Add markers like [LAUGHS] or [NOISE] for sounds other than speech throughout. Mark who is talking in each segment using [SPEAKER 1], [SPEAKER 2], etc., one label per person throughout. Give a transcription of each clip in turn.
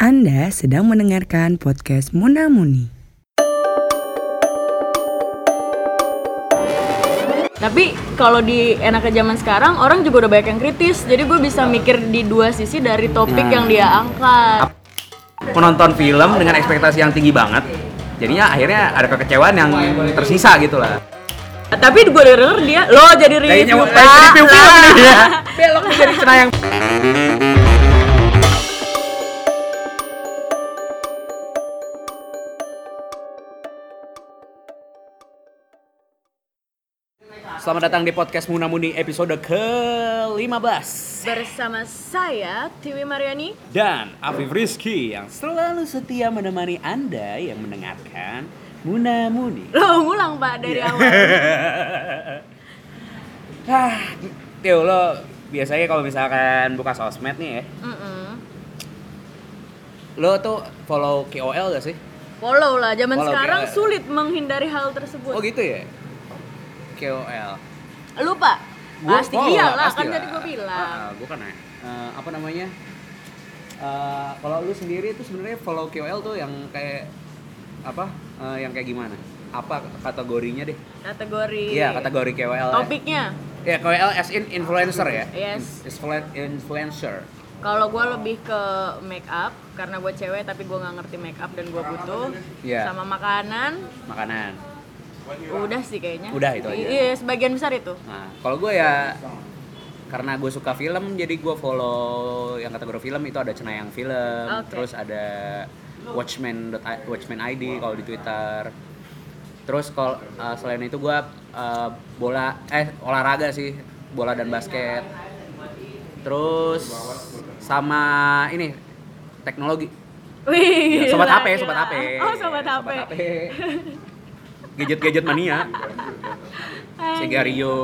[SPEAKER 1] Anda sedang mendengarkan podcast Muna Muni.
[SPEAKER 2] Tapi kalau di enaknya zaman sekarang orang juga udah banyak yang kritis. Jadi gue bisa mikir di dua sisi dari topik
[SPEAKER 3] Nah.
[SPEAKER 2] yang dia angkat.
[SPEAKER 3] menonton film dengan ekspektasi yang tinggi banget jadinya akhirnya ada kekecewaan yang tersisa gitu lah
[SPEAKER 2] Tapi gue denger dia lo jadi
[SPEAKER 3] Kayaknya
[SPEAKER 2] review
[SPEAKER 3] mau-
[SPEAKER 2] Pak."
[SPEAKER 3] kayak review film
[SPEAKER 2] Lah.
[SPEAKER 3] nih, ya. belok nih jadi cenayang Selamat datang di podcast Munamuni episode ke-15
[SPEAKER 2] Bersama saya Tiwi Mariani.
[SPEAKER 3] dan Afif Rizky yang selalu setia menemani Anda yang mendengarkan Muna Muni.
[SPEAKER 2] Lo ngulang Pak dari
[SPEAKER 3] Iya.
[SPEAKER 2] awal.
[SPEAKER 3] Hah, Tio Ah, lo biasanya kalau misalkan buka sosmed nih ya,
[SPEAKER 2] Mm-mm.
[SPEAKER 3] lo tuh follow KOL gak sih?
[SPEAKER 2] Follow lah. Zaman
[SPEAKER 3] Follow,
[SPEAKER 2] sekarang
[SPEAKER 3] gila.
[SPEAKER 2] sulit menghindari hal tersebut.
[SPEAKER 3] Oh gitu ya? KOL.
[SPEAKER 2] Lupa.
[SPEAKER 3] Gua
[SPEAKER 2] Pasti
[SPEAKER 3] follow
[SPEAKER 2] iyalah, kan
[SPEAKER 3] pasti lah.
[SPEAKER 2] tadi gue bilang.
[SPEAKER 3] Ah, ah, gua kan eh, eh, apa namanya? Eh, kalau lu sendiri itu sebenarnya follow KOL tuh yang kayak apa? Eh, yang kayak gimana? Apa kategorinya deh?
[SPEAKER 2] Kategori.
[SPEAKER 3] Iya, kategori KOL. ya.
[SPEAKER 2] Topiknya.
[SPEAKER 3] Ya, KOL as in influencer ya?
[SPEAKER 2] Yes.
[SPEAKER 3] Influ- Influencer.
[SPEAKER 2] Kalau gue lebih ke make up karena gue cewek tapi gue nggak ngerti make up dan gue butuh
[SPEAKER 3] Iya.
[SPEAKER 2] sama makanan
[SPEAKER 3] Makanan.
[SPEAKER 2] udah sih kayaknya
[SPEAKER 3] Udah, itu aja.
[SPEAKER 2] iya sebagian besar itu
[SPEAKER 3] Nah, kalau gue ya karena gue suka film jadi gue follow yang kategori film itu ada Cenayang Film,
[SPEAKER 2] Oke.
[SPEAKER 3] terus ada Watchmen Watchmen ID kalau di Twitter. Terus kalau eh, selain itu gue eh, bola eh olahraga sih, bola dan basket. Terus sama ini teknologi.
[SPEAKER 2] wih
[SPEAKER 3] Ya,
[SPEAKER 2] [LAUGHS]
[SPEAKER 3] sobat
[SPEAKER 2] gila,
[SPEAKER 3] HP,
[SPEAKER 2] gila.
[SPEAKER 3] sobat HP.
[SPEAKER 2] oh sobat HP,
[SPEAKER 3] Gadget-gadget
[SPEAKER 2] [LAUGHS]
[SPEAKER 3] mania.
[SPEAKER 2] Anjing.
[SPEAKER 3] Segario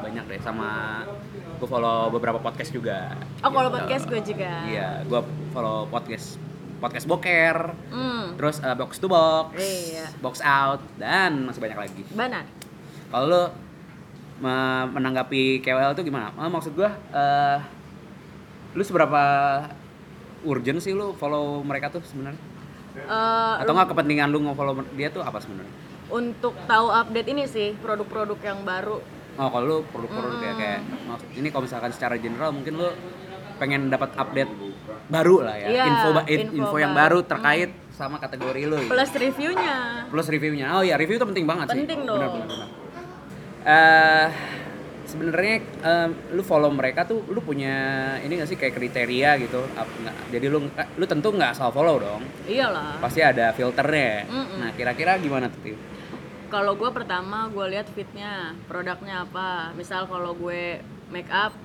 [SPEAKER 3] banyak deh sama gue follow beberapa podcast juga.
[SPEAKER 2] oh kalau
[SPEAKER 3] Gitu.
[SPEAKER 2] podcast gue juga
[SPEAKER 3] Iya, gue follow podcast podcast boker,
[SPEAKER 2] hmm
[SPEAKER 3] terus eh, box to box,
[SPEAKER 2] Iya.
[SPEAKER 3] box out dan masih banyak lagi.
[SPEAKER 2] banan
[SPEAKER 3] Kalau lo me- menanggapi KOL tuh gimana? Eh, maksud gue, eh lu seberapa urgent sih lu follow mereka tuh sebenarnya?
[SPEAKER 2] Eh,
[SPEAKER 3] Atau nggak kepentingan lu nge-follow mer- dia tuh apa sebenarnya?
[SPEAKER 2] untuk tahu update ini sih produk-produk yang baru
[SPEAKER 3] Oh kalau lu produk-produk ya kayak maksud- ini kalau misalkan secara general mungkin lu pengen dapat update baru lah ya
[SPEAKER 2] Iya,
[SPEAKER 3] info, ba- in-
[SPEAKER 2] info
[SPEAKER 3] info yang
[SPEAKER 2] baru.
[SPEAKER 3] baru terkait sama kategori lu ya.
[SPEAKER 2] plus
[SPEAKER 3] plus,
[SPEAKER 2] reviewnya
[SPEAKER 3] reviewnya oh ya review itu penting banget sih
[SPEAKER 2] Penting
[SPEAKER 3] Benar,
[SPEAKER 2] dong.
[SPEAKER 3] benar, benar. Eh, sebenarnya em, lu follow mereka tuh lu punya ini gak sih kayak kriteria gitu Ap- nggak- jadi lu eh, lu tentu nggak asal follow dong
[SPEAKER 2] iyalah
[SPEAKER 3] pasti ada filternya ya.
[SPEAKER 2] Mm-mm.
[SPEAKER 3] nah kira-kira gimana tuh Tim?
[SPEAKER 2] Kalau gue pertama gue lihat fitnya, produknya apa. Misal kalau gue make up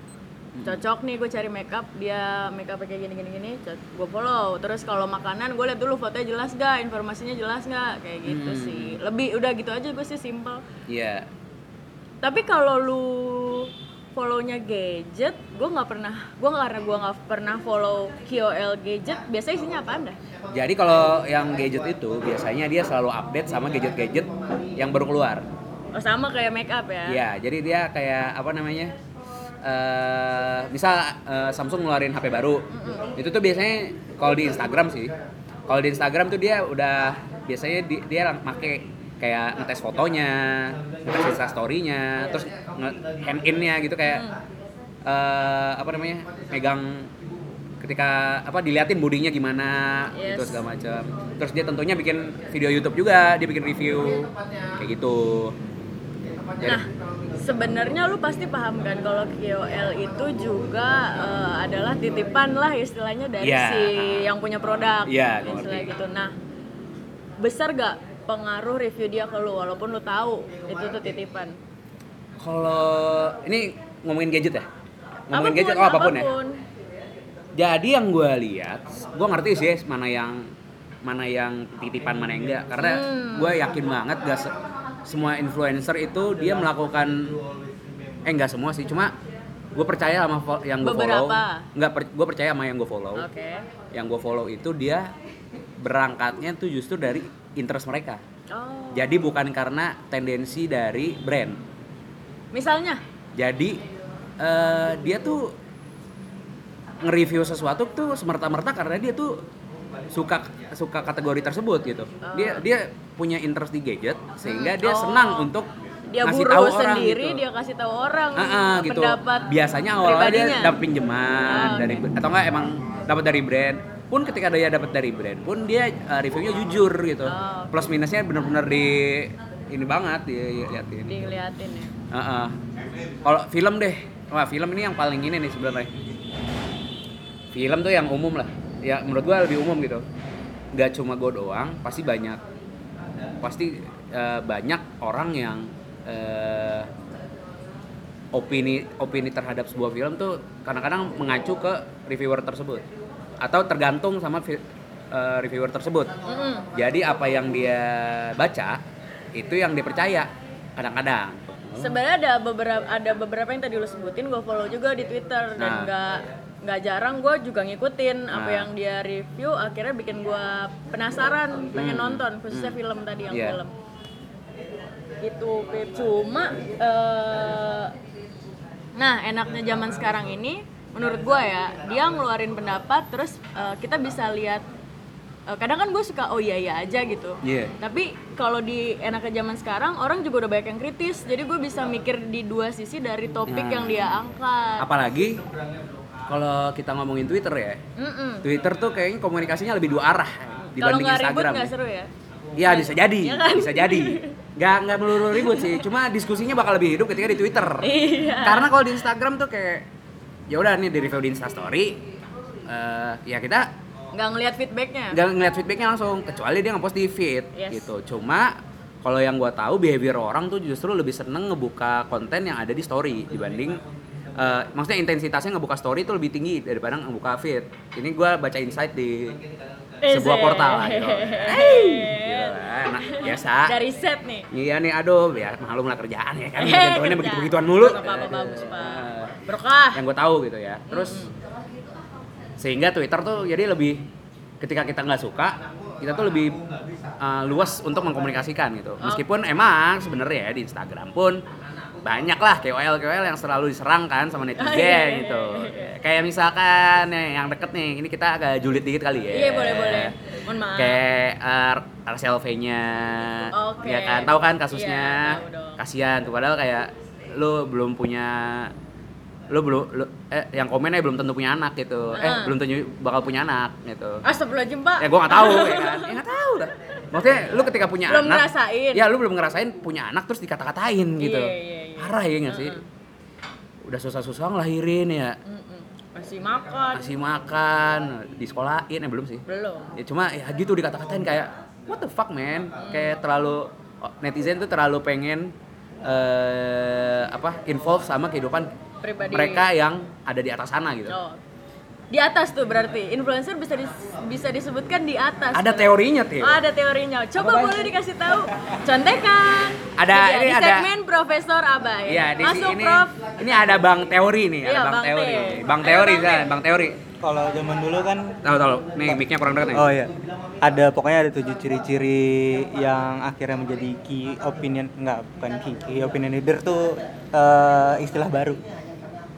[SPEAKER 2] cocok nih gue cari make up dia make up kayak gini gini gini gue follow terus kalau makanan gue lihat dulu fotonya jelas gak informasinya jelas gak kayak gitu sih lebih udah gitu aja gue sih simple
[SPEAKER 3] Iya
[SPEAKER 2] tapi kalau lu follownya gadget gue nggak pernah gue karena gue nggak pernah follow KOL gadget biasanya isinya apa anda
[SPEAKER 3] Jadi kalau yang gadget itu biasanya dia selalu update sama gadget-gadget yang baru keluar.
[SPEAKER 2] oh, sama kayak make up ya
[SPEAKER 3] Iya, jadi dia kayak apa namanya? eh misal eh, Samsung ngeluarin HP baru. Itu tuh biasanya kalau di Instagram sih. Kalau di Instagram tuh dia udah biasanya di- dia lang- make kayak ngetes fotonya, ngetes Insta story-nya, terus nge- hand in-nya gitu kayak
[SPEAKER 2] Mm.
[SPEAKER 3] eh, apa namanya? megang ketika apa diliatin bodinya gimana
[SPEAKER 2] Yes.
[SPEAKER 3] gitu segala macam. Terus dia tentunya bikin video YouTube juga, dia bikin review kayak gitu.
[SPEAKER 2] Nah, sebenarnya lu pasti paham kan kalau KOL itu juga eh, adalah titipan lah istilahnya dari
[SPEAKER 3] Iya.
[SPEAKER 2] si yang punya produk.
[SPEAKER 3] Iya, gua
[SPEAKER 2] Istilahnya
[SPEAKER 3] ngerti.
[SPEAKER 2] gitu. Nah, besar gak pengaruh review dia ke lu walaupun lu tahu itu tuh titipan.
[SPEAKER 3] Kalau ini ngomongin gadget ya? Ngomongin
[SPEAKER 2] Apapun,
[SPEAKER 3] gadget oh apapun, ya.
[SPEAKER 2] apapun.
[SPEAKER 3] Jadi yang gue lihat, gue ngerti sih mana yang mana yang titipan mana yang enggak karena
[SPEAKER 2] Hmm.
[SPEAKER 3] gue yakin banget gak se- semua influencer itu dia melakukan eh enggak semua sih cuma gue percaya sama fo- yang gue follow
[SPEAKER 2] Beberapa.
[SPEAKER 3] enggak gue percaya sama yang gue follow
[SPEAKER 2] Oke.
[SPEAKER 3] yang gue follow itu dia berangkatnya tuh justru dari interest mereka
[SPEAKER 2] Oh.
[SPEAKER 3] jadi bukan karena tendensi dari brand
[SPEAKER 2] Misalnya,
[SPEAKER 3] jadi eh, dia tuh nge-review sesuatu tuh semerta-merta karena dia tuh suka suka kategori tersebut gitu. Dia dia punya interest di gadget sehingga dia
[SPEAKER 2] Oh.
[SPEAKER 3] senang untuk
[SPEAKER 2] dia
[SPEAKER 3] ngasih
[SPEAKER 2] buruh
[SPEAKER 3] tahu orang
[SPEAKER 2] sendiri
[SPEAKER 3] gitu.
[SPEAKER 2] dia kasih tahu orang
[SPEAKER 3] Ah, ah, gitu.
[SPEAKER 2] pendapat
[SPEAKER 3] Biasanya awalnya dia
[SPEAKER 2] pribadinya.
[SPEAKER 3] dapat pinjaman
[SPEAKER 2] Ah,
[SPEAKER 3] dari atau enggak emang dapat dari brand. Pun ketika dia dapat dari brand pun dia eh, reviewnya jujur gitu.
[SPEAKER 2] Oh, oke.
[SPEAKER 3] Plus minusnya benar-benar di ini banget dia liatin.
[SPEAKER 2] diliatin ya
[SPEAKER 3] Heeh. Kalau film deh, wah film ini yang paling ini nih sebenarnya. Film tuh yang umum lah. Ya menurut gua lebih umum gitu. Gak cuma gua doang, pasti banyak. Pasti eh, banyak orang yang eh, opini opini terhadap sebuah film tuh kadang-kadang mengacu ke reviewer tersebut atau tergantung sama fi- eh, reviewer tersebut.
[SPEAKER 2] Mm-mm.
[SPEAKER 3] Jadi apa yang dia baca itu yang dipercaya kadang-kadang.
[SPEAKER 2] sebenarnya ada beberapa ada beberapa yang tadi lu sebutin gue follow juga di twitter dan
[SPEAKER 3] Nah.
[SPEAKER 2] nggak nggak jarang gue juga ngikutin apa
[SPEAKER 3] Nah.
[SPEAKER 2] yang dia review akhirnya bikin gue penasaran pengen nonton khususnya film tadi yang
[SPEAKER 3] Hmm. Iya.
[SPEAKER 2] film itu Pip. cuma eh, nah enaknya zaman sekarang ini menurut gua ya dia ngeluarin pendapat terus eh, kita bisa lihat eh, kadang kan gue suka oh iya iya aja gitu
[SPEAKER 3] Iya.
[SPEAKER 2] tapi kalau di enaknya zaman sekarang orang juga udah banyak yang kritis jadi gue bisa mikir di dua sisi dari topik
[SPEAKER 3] Nah.
[SPEAKER 2] yang dia angkat
[SPEAKER 3] Apalagi kalau kita ngomongin Twitter ya,
[SPEAKER 2] Mm-mm.
[SPEAKER 3] Twitter tuh kayaknya komunikasinya lebih dua arah
[SPEAKER 2] kalau
[SPEAKER 3] dibanding
[SPEAKER 2] nggak ribut
[SPEAKER 3] Instagram.
[SPEAKER 2] nggak seru ya
[SPEAKER 3] Iya bisa jadi,
[SPEAKER 2] Iya kan?
[SPEAKER 3] bisa jadi. Nggak nggak melulu ribut sih, cuma diskusinya bakal lebih hidup ketika di Twitter.
[SPEAKER 2] iya
[SPEAKER 3] Karena kalau di Instagram tuh kayak ya udah nih di review di Instastory, eh ya kita
[SPEAKER 2] nggak ngelihat feedbacknya
[SPEAKER 3] nggak ngeliat feedbacknya langsung kecuali dia ngepost di feed
[SPEAKER 2] Yes.
[SPEAKER 3] gitu cuma kalau yang gue tahu behavior orang tuh justru lebih seneng ngebuka konten yang ada di story dibanding eh, maksudnya intensitasnya ngebuka story itu lebih tinggi daripada ngebuka feed ini gue baca insight di sebuah
[SPEAKER 2] Eze.
[SPEAKER 3] portal lah
[SPEAKER 2] [LAUGHS]
[SPEAKER 3] gitu. Hey, Ah. gitu lah, anak biasa
[SPEAKER 2] dari set nih
[SPEAKER 3] iya nih aduh ya malum lah kerjaan
[SPEAKER 2] [LAUGHS]
[SPEAKER 3] ya kan
[SPEAKER 2] Eh,
[SPEAKER 3] ketentuannya
[SPEAKER 2] kerja.
[SPEAKER 3] begitu begituan mulu
[SPEAKER 2] Gak apa-apa, bagus, Pak.
[SPEAKER 3] Eh,
[SPEAKER 2] berkah
[SPEAKER 3] yang gue tahu gitu ya terus sehingga Twitter tuh jadi lebih ketika kita nggak suka kita tuh lebih uh, luas untuk mengkomunikasikan gitu
[SPEAKER 2] Oh.
[SPEAKER 3] meskipun emang sebenarnya ya di Instagram pun banyak lah KOL KOL yang selalu diserang kan sama
[SPEAKER 2] iya,
[SPEAKER 3] netizen
[SPEAKER 2] iya, iya,
[SPEAKER 3] gitu kayak misalkan eh, yang deket nih ini kita agak julid dikit kali ya
[SPEAKER 2] Iya boleh boleh. Mohon maaf.
[SPEAKER 3] kayak uh, RCLV-nya
[SPEAKER 2] Oke.
[SPEAKER 3] ya kan tahu kan kasusnya
[SPEAKER 2] Iya, tahu dong.
[SPEAKER 3] kasihan tuh padahal kayak lu belum punya lu belum lu- eh yang komennya belum tentu punya anak gitu eh
[SPEAKER 2] Heeh.
[SPEAKER 3] belum tentu bakal punya anak gitu
[SPEAKER 2] Astagfirullahaladzim pak.
[SPEAKER 3] ya gue nggak tahu ya kan ya nggak tahu dah maksudnya lu ketika punya
[SPEAKER 2] Belum
[SPEAKER 3] anak
[SPEAKER 2] ngerasain.
[SPEAKER 3] ya lu belum ngerasain punya anak terus dikata-katain gitu
[SPEAKER 2] Iya, iya, Ah. iya.
[SPEAKER 3] parah ya nggak sih udah susah-susah ngelahirin ya
[SPEAKER 2] Mm-mm. Masih makan.
[SPEAKER 3] kasih makan disekolahin ya belum sih
[SPEAKER 2] Belum.
[SPEAKER 3] ya cuma ya gitu dikata-katain kayak what the fuck man kayak terlalu oh, netizen tuh terlalu pengen eh apa involve sama kehidupan
[SPEAKER 2] Pribadi.
[SPEAKER 3] mereka yang ada di atas sana gitu
[SPEAKER 2] Oh. Di atas tuh berarti influencer bisa dis- bisa disebutkan di atas.
[SPEAKER 3] ada teorinya tuh
[SPEAKER 2] Oh, ada teorinya. Coba
[SPEAKER 3] Apa, Bay?
[SPEAKER 2] boleh dikasih tahu contekan.
[SPEAKER 3] Ada,
[SPEAKER 2] Jadi,
[SPEAKER 3] ini
[SPEAKER 2] di
[SPEAKER 3] ada.
[SPEAKER 2] segmen Profesor Abai.
[SPEAKER 3] Iya, di
[SPEAKER 2] Masuk
[SPEAKER 3] ini
[SPEAKER 2] Prof.
[SPEAKER 3] ini ada Bang Teori nih,
[SPEAKER 2] Iya,
[SPEAKER 3] ada Bang,
[SPEAKER 2] Bang
[SPEAKER 3] Teori.
[SPEAKER 2] Teo.
[SPEAKER 3] Bang
[SPEAKER 2] Ayo,
[SPEAKER 3] Teori
[SPEAKER 2] Bang
[SPEAKER 3] kan,
[SPEAKER 2] Teo.
[SPEAKER 3] Bang Teori.
[SPEAKER 4] Kalau zaman dulu kan
[SPEAKER 3] Tahu tahu, nih mic-nya kurang dekat nih.
[SPEAKER 4] Oh iya. Ada pokoknya ada tujuh ciri-ciri yang akhirnya menjadi key opinion enggak bukan key, key opinion leader tuh eh, istilah baru.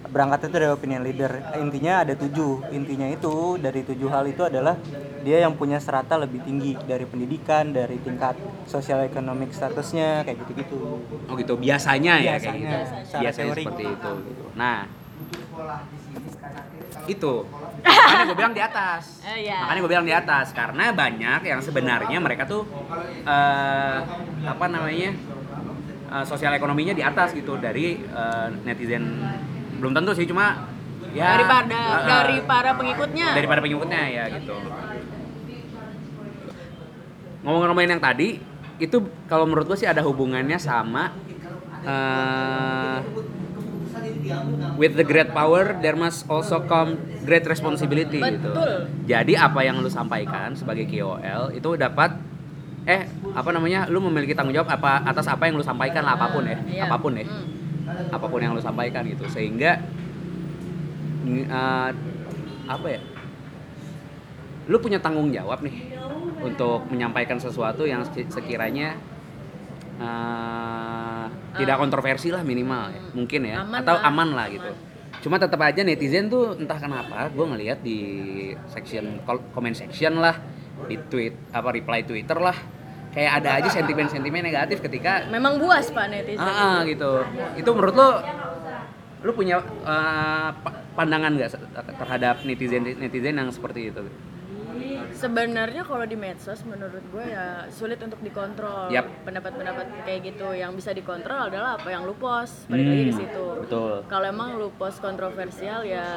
[SPEAKER 4] Berangkatnya tuh dari opinion leader. Intinya ada tujuh. Intinya itu dari tujuh hal itu adalah dia yang punya serata lebih tinggi dari pendidikan, dari tingkat sosial ekonomi statusnya kayak gitu-gitu.
[SPEAKER 3] Oh gitu, biasanya, ya kayak
[SPEAKER 4] Biasanya,
[SPEAKER 3] gitu.
[SPEAKER 4] secara
[SPEAKER 3] Biasanya
[SPEAKER 4] teori.
[SPEAKER 3] seperti itu gitu. Nah, itu [LAUGHS] makanya gue bilang di atas
[SPEAKER 2] Oh, iya.
[SPEAKER 3] makanya gue bilang di atas karena banyak yang sebenarnya mereka tuh eh, apa namanya eh, sosial ekonominya di atas gitu dari eh, netizen belum tentu sih cuma ya
[SPEAKER 2] daripada
[SPEAKER 3] eh, eh,
[SPEAKER 2] dari para pengikutnya.
[SPEAKER 3] daripada pengikutnya ya gitu ngomong-ngomongin yang tadi itu kalau menurut gue sih ada hubungannya sama eh, with the great power there must also come great responsibility gitu
[SPEAKER 2] Betul.
[SPEAKER 3] jadi apa yang lu sampaikan sebagai KOL itu dapat eh apa namanya lu memiliki tanggung jawab apa atas apa yang lu sampaikan lah apapun ya
[SPEAKER 2] Iya.
[SPEAKER 3] apapun ya
[SPEAKER 2] Mm.
[SPEAKER 3] apapun yang lu sampaikan gitu sehingga ng- eh, apa ya lu punya tanggung jawab nih untuk menyampaikan sesuatu yang se- sekiranya eh, tidak kontroversi lah minimal ya mungkin
[SPEAKER 2] Ah.
[SPEAKER 3] ya
[SPEAKER 2] Aman
[SPEAKER 3] atau
[SPEAKER 2] lah.
[SPEAKER 3] aman lah gitu Cuma tetap aja netizen tuh entah kenapa gue ngelihat di section kol- comment section lah, di tweet apa reply Twitter lah, kayak ada aja sentimen-sentimen negatif ketika
[SPEAKER 2] Memang buas Pak netizen.
[SPEAKER 3] Ah, ah, gitu. Itu menurut lo lu punya eh, pa- pandangan nggak se- terhadap netizen netizen yang seperti itu?
[SPEAKER 2] Sebenarnya kalau di medsos menurut gue ya sulit untuk dikontrol.
[SPEAKER 3] Yap.
[SPEAKER 2] Pendapat-pendapat kayak gitu yang bisa dikontrol adalah apa yang lu post. Balik lagi ke
[SPEAKER 3] Hmm,
[SPEAKER 2] situ.
[SPEAKER 3] betul.
[SPEAKER 2] Kalau emang lu post kontroversial ya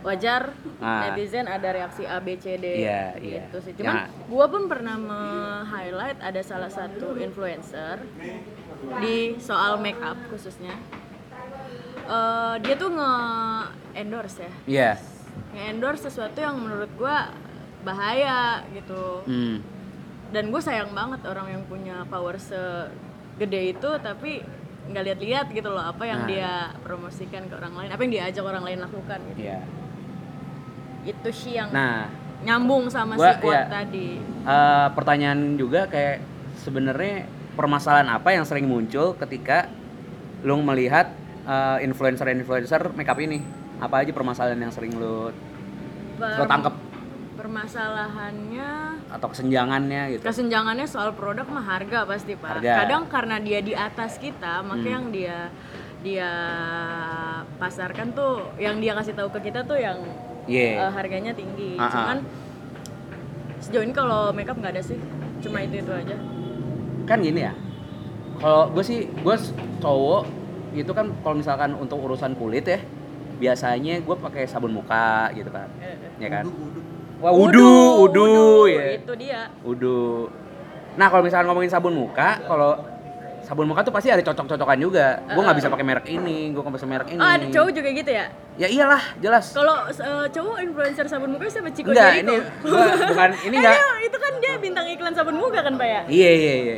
[SPEAKER 2] wajar
[SPEAKER 3] Ah.
[SPEAKER 2] netizen ada reaksi A B C D
[SPEAKER 3] Iya, iya.
[SPEAKER 2] gitu sih. Cuman
[SPEAKER 3] Yang-
[SPEAKER 2] gue pun pernah me-highlight ada salah satu influencer di soal make up khususnya. Eh, dia tuh nge-endorse ya
[SPEAKER 3] Iya.
[SPEAKER 2] nge-endorse sesuatu yang menurut gua bahaya gitu
[SPEAKER 3] Hmm.
[SPEAKER 2] dan gue sayang banget orang yang punya power segede itu tapi nggak lihat-lihat gitu loh apa yang
[SPEAKER 3] Nah.
[SPEAKER 2] dia promosikan ke orang lain apa yang diajak orang lain lakukan gitu.
[SPEAKER 3] Iya.
[SPEAKER 2] itu sih yang
[SPEAKER 3] Nah,
[SPEAKER 2] nyambung sama
[SPEAKER 3] Gua-
[SPEAKER 2] si quote
[SPEAKER 3] iya.
[SPEAKER 2] tadi
[SPEAKER 3] eh, pertanyaan juga kayak sebenarnya permasalahan apa yang sering muncul ketika lu melihat eh, influencer-influencer makeup ini? Apa aja permasalahan yang sering lu lo
[SPEAKER 2] Per-
[SPEAKER 3] tangkep
[SPEAKER 2] permasalahannya
[SPEAKER 3] atau kesenjangannya gitu?
[SPEAKER 2] kesenjangannya soal produk mah harga pasti pak
[SPEAKER 3] Harga. Hmm.
[SPEAKER 2] kadang karena dia di atas kita maka yang dia dia pasarkan tuh yang dia kasih tahu ke kita tuh yang
[SPEAKER 3] Iya.
[SPEAKER 2] Eh, harganya tinggi.
[SPEAKER 3] Ah, ah.
[SPEAKER 2] Cuman sejauh ini kalau makeup nggak ada sih, cuma itu itu aja.
[SPEAKER 3] kan gini ya kalau gue sih gue cowok itu kan kalau misalkan untuk urusan kulit ya biasanya gue pakai sabun muka gitu kan ya kan wah wudu wudu ya
[SPEAKER 2] Itu dia.
[SPEAKER 3] wudu nah kalau misalkan ngomongin sabun muka kalau sabun muka tuh pasti ada cocok-cocokan juga gue nggak bisa pakai merek ini gue nggak bisa merek ini
[SPEAKER 2] Oh, ada cowok juga gitu ya?
[SPEAKER 3] ya iyalah jelas
[SPEAKER 2] Kalau eh, cowok influencer sabun muka siapa Chico
[SPEAKER 3] enggak
[SPEAKER 2] Jericho?
[SPEAKER 3] ini gua bukan
[SPEAKER 2] [LAUGHS]
[SPEAKER 3] ini
[SPEAKER 2] Eh,
[SPEAKER 3] enggak
[SPEAKER 2] dia- itu kan dia bintang iklan sabun muka kan, Pak ya?
[SPEAKER 3] Iya iya iya.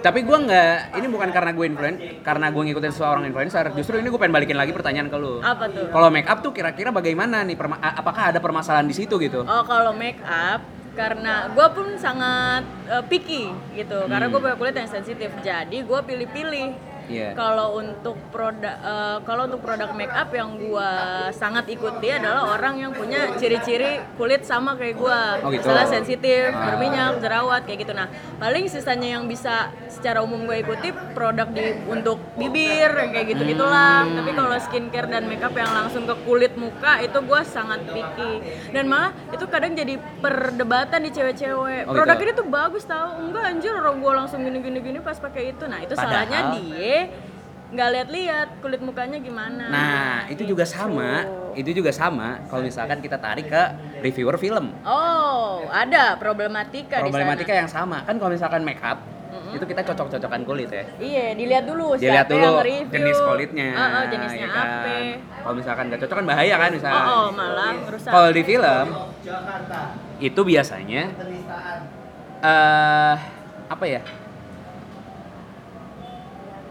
[SPEAKER 3] Tapi gua nggak, ini bukan karena gue influen, karena gue ngikutin seorang influencer. Justru ini gue pengen balikin lagi pertanyaan ke lu.
[SPEAKER 2] Apa tuh?
[SPEAKER 3] Kalau make up tuh kira-kira bagaimana nih? Perma- a- apakah ada permasalahan di situ gitu?
[SPEAKER 2] Oh, kalau make up karena gue pun sangat eh, picky gitu, karena gue punya kulit yang sensitif, jadi gue pilih-pilih.
[SPEAKER 3] Hmm. Iya.
[SPEAKER 2] Kalau untuk produk eh, kalau untuk produk make up yang gua sangat ikuti adalah orang yang punya ciri-ciri kulit sama kayak gua.
[SPEAKER 3] Oh, gitu.
[SPEAKER 2] Misalnya sensitif, berminyak, jerawat kayak gitu. Nah, paling sisanya yang bisa secara umum gue ikuti produk di untuk bibir yang kayak
[SPEAKER 3] Hmm.
[SPEAKER 2] gitu-gitulah. Tapi kalau skincare dan make up yang langsung ke kulit muka itu gua sangat picky. Dan malah itu kadang jadi perdebatan di cewek-cewek.
[SPEAKER 3] Oh, gitu.
[SPEAKER 2] produk ini tuh bagus tau enggak anjir orang gua langsung gini-gini gini pas pakai itu. Nah, itu
[SPEAKER 3] Padahal-
[SPEAKER 2] salahnya dia nggak lihat-lihat kulit mukanya gimana.
[SPEAKER 3] Nah, itu juga sama. Itu juga sama. Kalau misalkan kita tarik ke reviewer film,
[SPEAKER 2] Oh, ada problematika, di
[SPEAKER 3] problematika
[SPEAKER 2] sana.
[SPEAKER 3] yang sama. Kan kalau misalkan make up, itu kita cocok-cocokan kulit ya.
[SPEAKER 2] Iya, dilihat dulu
[SPEAKER 3] Dilihat
[SPEAKER 2] siapa yang
[SPEAKER 3] dulu
[SPEAKER 2] review.
[SPEAKER 3] jenis kulitnya.
[SPEAKER 2] Oh, oh, jenisnya
[SPEAKER 3] ya kan?
[SPEAKER 2] apa?
[SPEAKER 3] Kalau misalkan nggak cocok kan bahaya kan misalnya.
[SPEAKER 2] Oh, oh, malah rusak.
[SPEAKER 3] Kalau di film itu biasanya eh apa ya?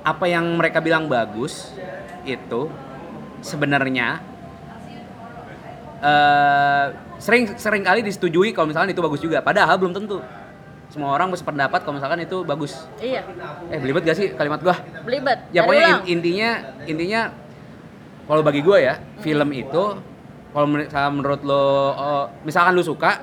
[SPEAKER 3] Apa yang mereka bilang bagus itu sebenarnya eh sering sering kali disetujui kalau misalkan itu bagus juga. Padahal belum tentu. Semua orang berpendapat kalau misalkan itu bagus.
[SPEAKER 2] Iya,
[SPEAKER 3] Eh belibet gak sih kalimat gua?
[SPEAKER 2] belibet. Dari
[SPEAKER 3] ya pokoknya in-
[SPEAKER 2] ulang.
[SPEAKER 3] intinya intinya kalau bagi gue ya film itu kalau men- kalau menurut lo oh, misalkan lo suka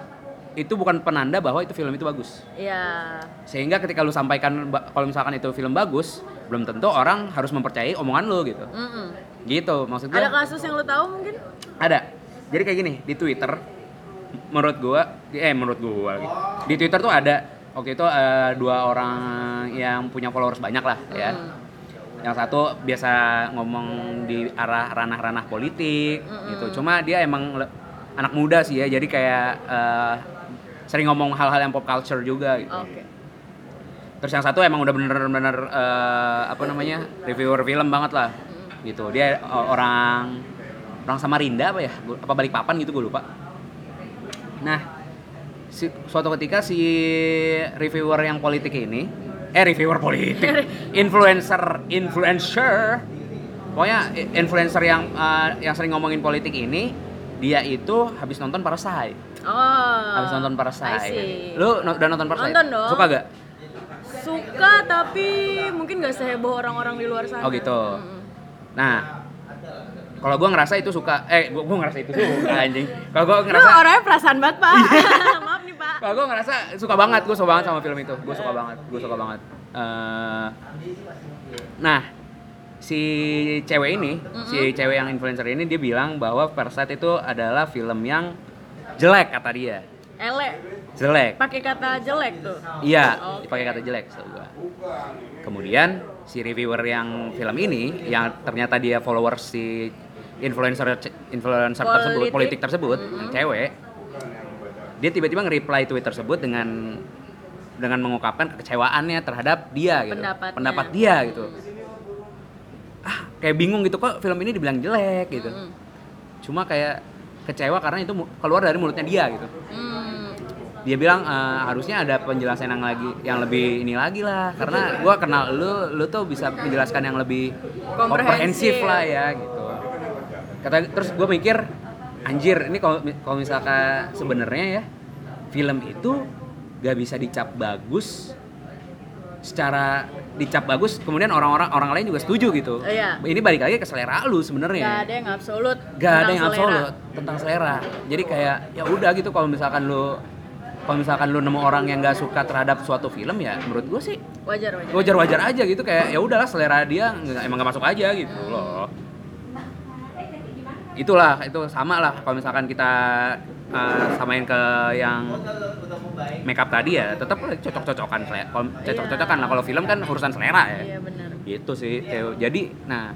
[SPEAKER 3] itu bukan penanda bahwa itu film itu bagus
[SPEAKER 2] Iya.
[SPEAKER 3] sehingga ketika lu sampaikan ba- kalau misalkan itu film bagus belum tentu orang harus mempercayai omongan lo gitu
[SPEAKER 2] Mm-mm.
[SPEAKER 3] gitu maksud gue
[SPEAKER 2] Ada kasus yang lo tahu mungkin?
[SPEAKER 3] ada. Jadi kayak gini di Twitter, menurut gua, eh menurut gua lagi. Di Twitter tuh ada waktu itu eh, dua orang yang punya followers banyak lah ya. Yang satu biasa ngomong di arah ranah-ranah politik gitu. Cuma dia emang le- anak muda sih ya, jadi kayak eh, sering ngomong hal-hal yang pop culture juga gitu.
[SPEAKER 2] Oke.
[SPEAKER 3] Terus yang satu emang udah bener-bener eh, apa namanya reviewer film banget lah, gitu. Dia o- orang orang Samarinda apa ya? Gua- Apa balik papan gitu gue lupa. Nah, si, suatu ketika si reviewer yang politik ini, eh reviewer
[SPEAKER 2] [LAUGHS]
[SPEAKER 3] politik, influencer, influencer, pokoknya i- influencer yang eh, yang sering ngomongin politik ini, dia itu habis nonton Parasite.
[SPEAKER 2] Oh.
[SPEAKER 3] Habis
[SPEAKER 2] I
[SPEAKER 3] nonton
[SPEAKER 2] see.
[SPEAKER 3] Parasite. Lu no- udah nonton Parasite?
[SPEAKER 2] Nonton dong.
[SPEAKER 3] Suka gak?
[SPEAKER 2] suka kan? tapi mungkin nggak seheboh orang-orang di luar sana.
[SPEAKER 3] Oh gitu.
[SPEAKER 2] Mm-mm.
[SPEAKER 3] Nah, Oh, gitu. kalau gue ngerasa itu suka eh gue ngerasa itu suka anjing kalau gue
[SPEAKER 2] Lu
[SPEAKER 3] ngerasa
[SPEAKER 2] orangnya perasaan banget, Pak.
[SPEAKER 3] Iya.
[SPEAKER 2] [LAUGHS] Maaf nih, Pak.
[SPEAKER 3] kalau gue ngerasa suka banget gue suka banget sama film itu gue suka banget gue suka banget Eh, nah si cewek ini si cewek yang influencer ini dia bilang bahwa Parasite itu adalah film yang jelek kata dia
[SPEAKER 2] Elek.
[SPEAKER 3] jelek
[SPEAKER 2] Pakai kata jelek tuh.
[SPEAKER 3] iya
[SPEAKER 2] Oh, Oke.
[SPEAKER 3] pakai kata jelek setahu gua. kemudian si reviewer yang film ini yang ternyata dia followers si influencer influencer tersebut
[SPEAKER 2] Politik. Mm-hmm.
[SPEAKER 3] politik tersebut yang cewek dia tiba-tiba nge-reply tweet tersebut dengan dengan mengungkapkan kekecewaannya terhadap dia gitu
[SPEAKER 2] Pendapatnya.
[SPEAKER 3] pendapat dia gitu ah kayak bingung gitu kok film ini dibilang jelek gitu
[SPEAKER 2] Mm.
[SPEAKER 3] cuma kayak kecewa karena itu mu- keluar dari mulutnya dia gitu
[SPEAKER 2] Hmm.
[SPEAKER 3] dia bilang "Eh, harusnya ada penjelasan yang lagi yang lebih ini lagi lah karena gua kenal lu lu tuh bisa menjelaskan yang lebih komprehensif
[SPEAKER 2] Komprehensif.
[SPEAKER 3] lah ya gitu kata terus gua mikir anjir ini kalau kalau misalkan sebenarnya ya film itu gak bisa dicap bagus secara dicap bagus kemudian orang-orang orang lain juga setuju gitu
[SPEAKER 2] Iya.
[SPEAKER 3] ini balik lagi ke selera lu sebenarnya
[SPEAKER 2] Gak ada yang absolut.
[SPEAKER 3] gak Iya. ada
[SPEAKER 2] tentang
[SPEAKER 3] yang
[SPEAKER 2] selera.
[SPEAKER 3] absolut tentang selera jadi kayak ya udah gitu kalau misalkan lu kalau misalkan lu nemu orang yang gak suka terhadap suatu film ya menurut gue sih
[SPEAKER 2] Wajar, wajar.
[SPEAKER 3] wajar wajar aja gitu kayak ya udahlah selera dia nggak- emang gak masuk aja gitu loh itulah itu sama lah kalau misalkan kita eh, samain ke yang makeup tadi ya tetap cocok cocokan cocok cocokan lah kalau film kan urusan selera ya
[SPEAKER 2] Iya, benar.
[SPEAKER 3] gitu sih Theo. jadi nah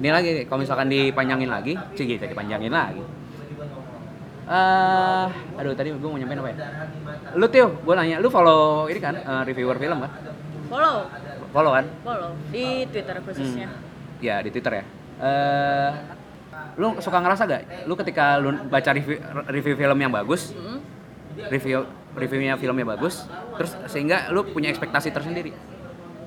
[SPEAKER 3] ini lagi nih, kalau misalkan dipanjangin lagi sih gitu dipanjangin lagi eh aduh tadi gue mau nyampein apa ya lu Tio gue nanya lu follow ini kan eh, reviewer film kan
[SPEAKER 2] Follow,
[SPEAKER 3] follow kan
[SPEAKER 2] follow di Twitter khususnya.
[SPEAKER 3] Hmm. ya di twitter ya eh lu suka ngerasa gak lu ketika lu baca review review film yang bagus
[SPEAKER 2] Hmm.
[SPEAKER 3] review reviewnya filmnya bagus terus sehingga lu punya ekspektasi tersendiri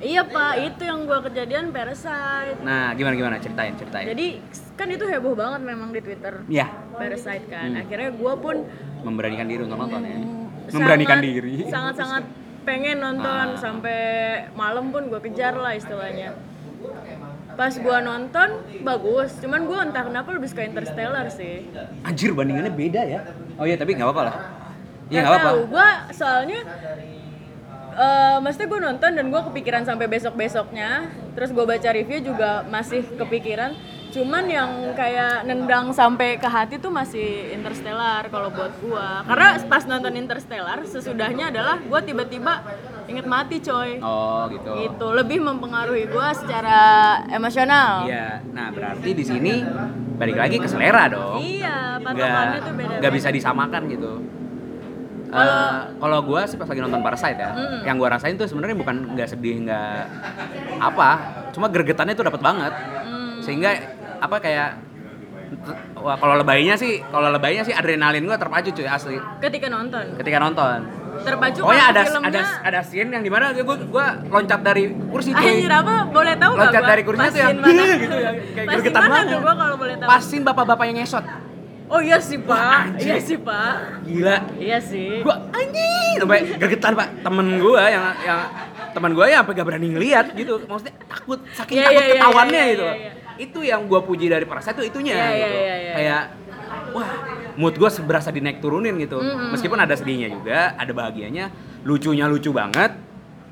[SPEAKER 2] Iya, Pak, itu yang gua kejadian Parasite.
[SPEAKER 3] nah gimana gimana ceritain ceritain
[SPEAKER 2] Jadi kan itu heboh banget memang di Twitter.
[SPEAKER 3] ya
[SPEAKER 2] Parasite kan.
[SPEAKER 3] Hmm.
[SPEAKER 2] Akhirnya gua pun
[SPEAKER 3] memberanikan diri untuk nonton ya
[SPEAKER 2] sangat-
[SPEAKER 3] memberanikan diri
[SPEAKER 2] Sangat-sangat pengen nonton
[SPEAKER 3] Ah.
[SPEAKER 2] sampai malam pun gua kejar lah istilahnya. Pas gua nonton bagus, cuman gua entah kenapa lebih suka Interstellar sih.
[SPEAKER 3] anjir bandingannya beda ya oh iya tapi nggak apa-apa lah
[SPEAKER 2] Nggak
[SPEAKER 3] iya nggak apa-apa
[SPEAKER 2] tahu, Gua soalnya eh maksudnya gue nonton dan gue kepikiran sampai besok besoknya. Terus gue baca review juga masih kepikiran. Cuman yang kayak nendang sampai ke hati tuh masih Interstellar kalau buat gua. Karena pas nonton Interstellar sesudahnya adalah gua tiba-tiba inget mati coy.
[SPEAKER 3] oh gitu
[SPEAKER 2] Gitu lebih mempengaruhi gua secara emosional.
[SPEAKER 3] iya nah berarti di sini balik lagi ke selera dong
[SPEAKER 2] Iya, patokannya
[SPEAKER 3] nggak
[SPEAKER 2] tuh beda.
[SPEAKER 3] nggak bisa disamakan gitu Eh, kalau gua sih pas lagi nonton Parasite ya
[SPEAKER 2] Hmm.
[SPEAKER 3] yang gua rasain tuh sebenarnya bukan nggak sedih nggak apa cuma gregetannya tuh dapat banget
[SPEAKER 2] Hmm.
[SPEAKER 3] sehingga apa kayak wah kalau lebaynya sih kalau lebaynya sih adrenalin gua terpacu cuy asli
[SPEAKER 2] Ketika nonton
[SPEAKER 3] ketika nonton
[SPEAKER 2] terpacu
[SPEAKER 3] Pokoknya
[SPEAKER 2] karena
[SPEAKER 3] ada
[SPEAKER 2] filmnya
[SPEAKER 3] ada ada scene yang dimana gue gue loncat dari kursi cuy.
[SPEAKER 2] Anjir apa? Boleh tahu nggak
[SPEAKER 3] Gitu. Loncat
[SPEAKER 2] gua?
[SPEAKER 3] dari kursinya
[SPEAKER 2] Pas
[SPEAKER 3] tuh yang
[SPEAKER 2] scene mana?
[SPEAKER 3] gitu ya, kayak
[SPEAKER 2] Pas scene
[SPEAKER 3] gergetan
[SPEAKER 2] mana
[SPEAKER 3] banget.
[SPEAKER 2] tuh gua kalau boleh tahu.
[SPEAKER 3] Pasin bapak-bapak yang ngesot.
[SPEAKER 2] Oh iya sih, Pak.
[SPEAKER 3] anjir.
[SPEAKER 2] Iya sih, Pak.
[SPEAKER 3] Gila.
[SPEAKER 2] Iya sih.
[SPEAKER 3] Gue anjing sampai gergetan pak. Temen gue yang yang teman gue ya sampai gak berani ngeliat gitu. Maksudnya takut saking
[SPEAKER 2] Iya,
[SPEAKER 3] takut
[SPEAKER 2] iya, iya,
[SPEAKER 3] ketawannya
[SPEAKER 2] iya, iya,
[SPEAKER 3] gitu.
[SPEAKER 2] iya.
[SPEAKER 3] Itu yang gue puji dari Parasite tuh itunya
[SPEAKER 2] Iya, iya,
[SPEAKER 3] gitu.
[SPEAKER 2] iya, iya.
[SPEAKER 3] Kayak wah mood gue berasa dinaik turunin gitu. Meskipun ada sedihnya juga, ada bahagianya, lucunya lucu banget.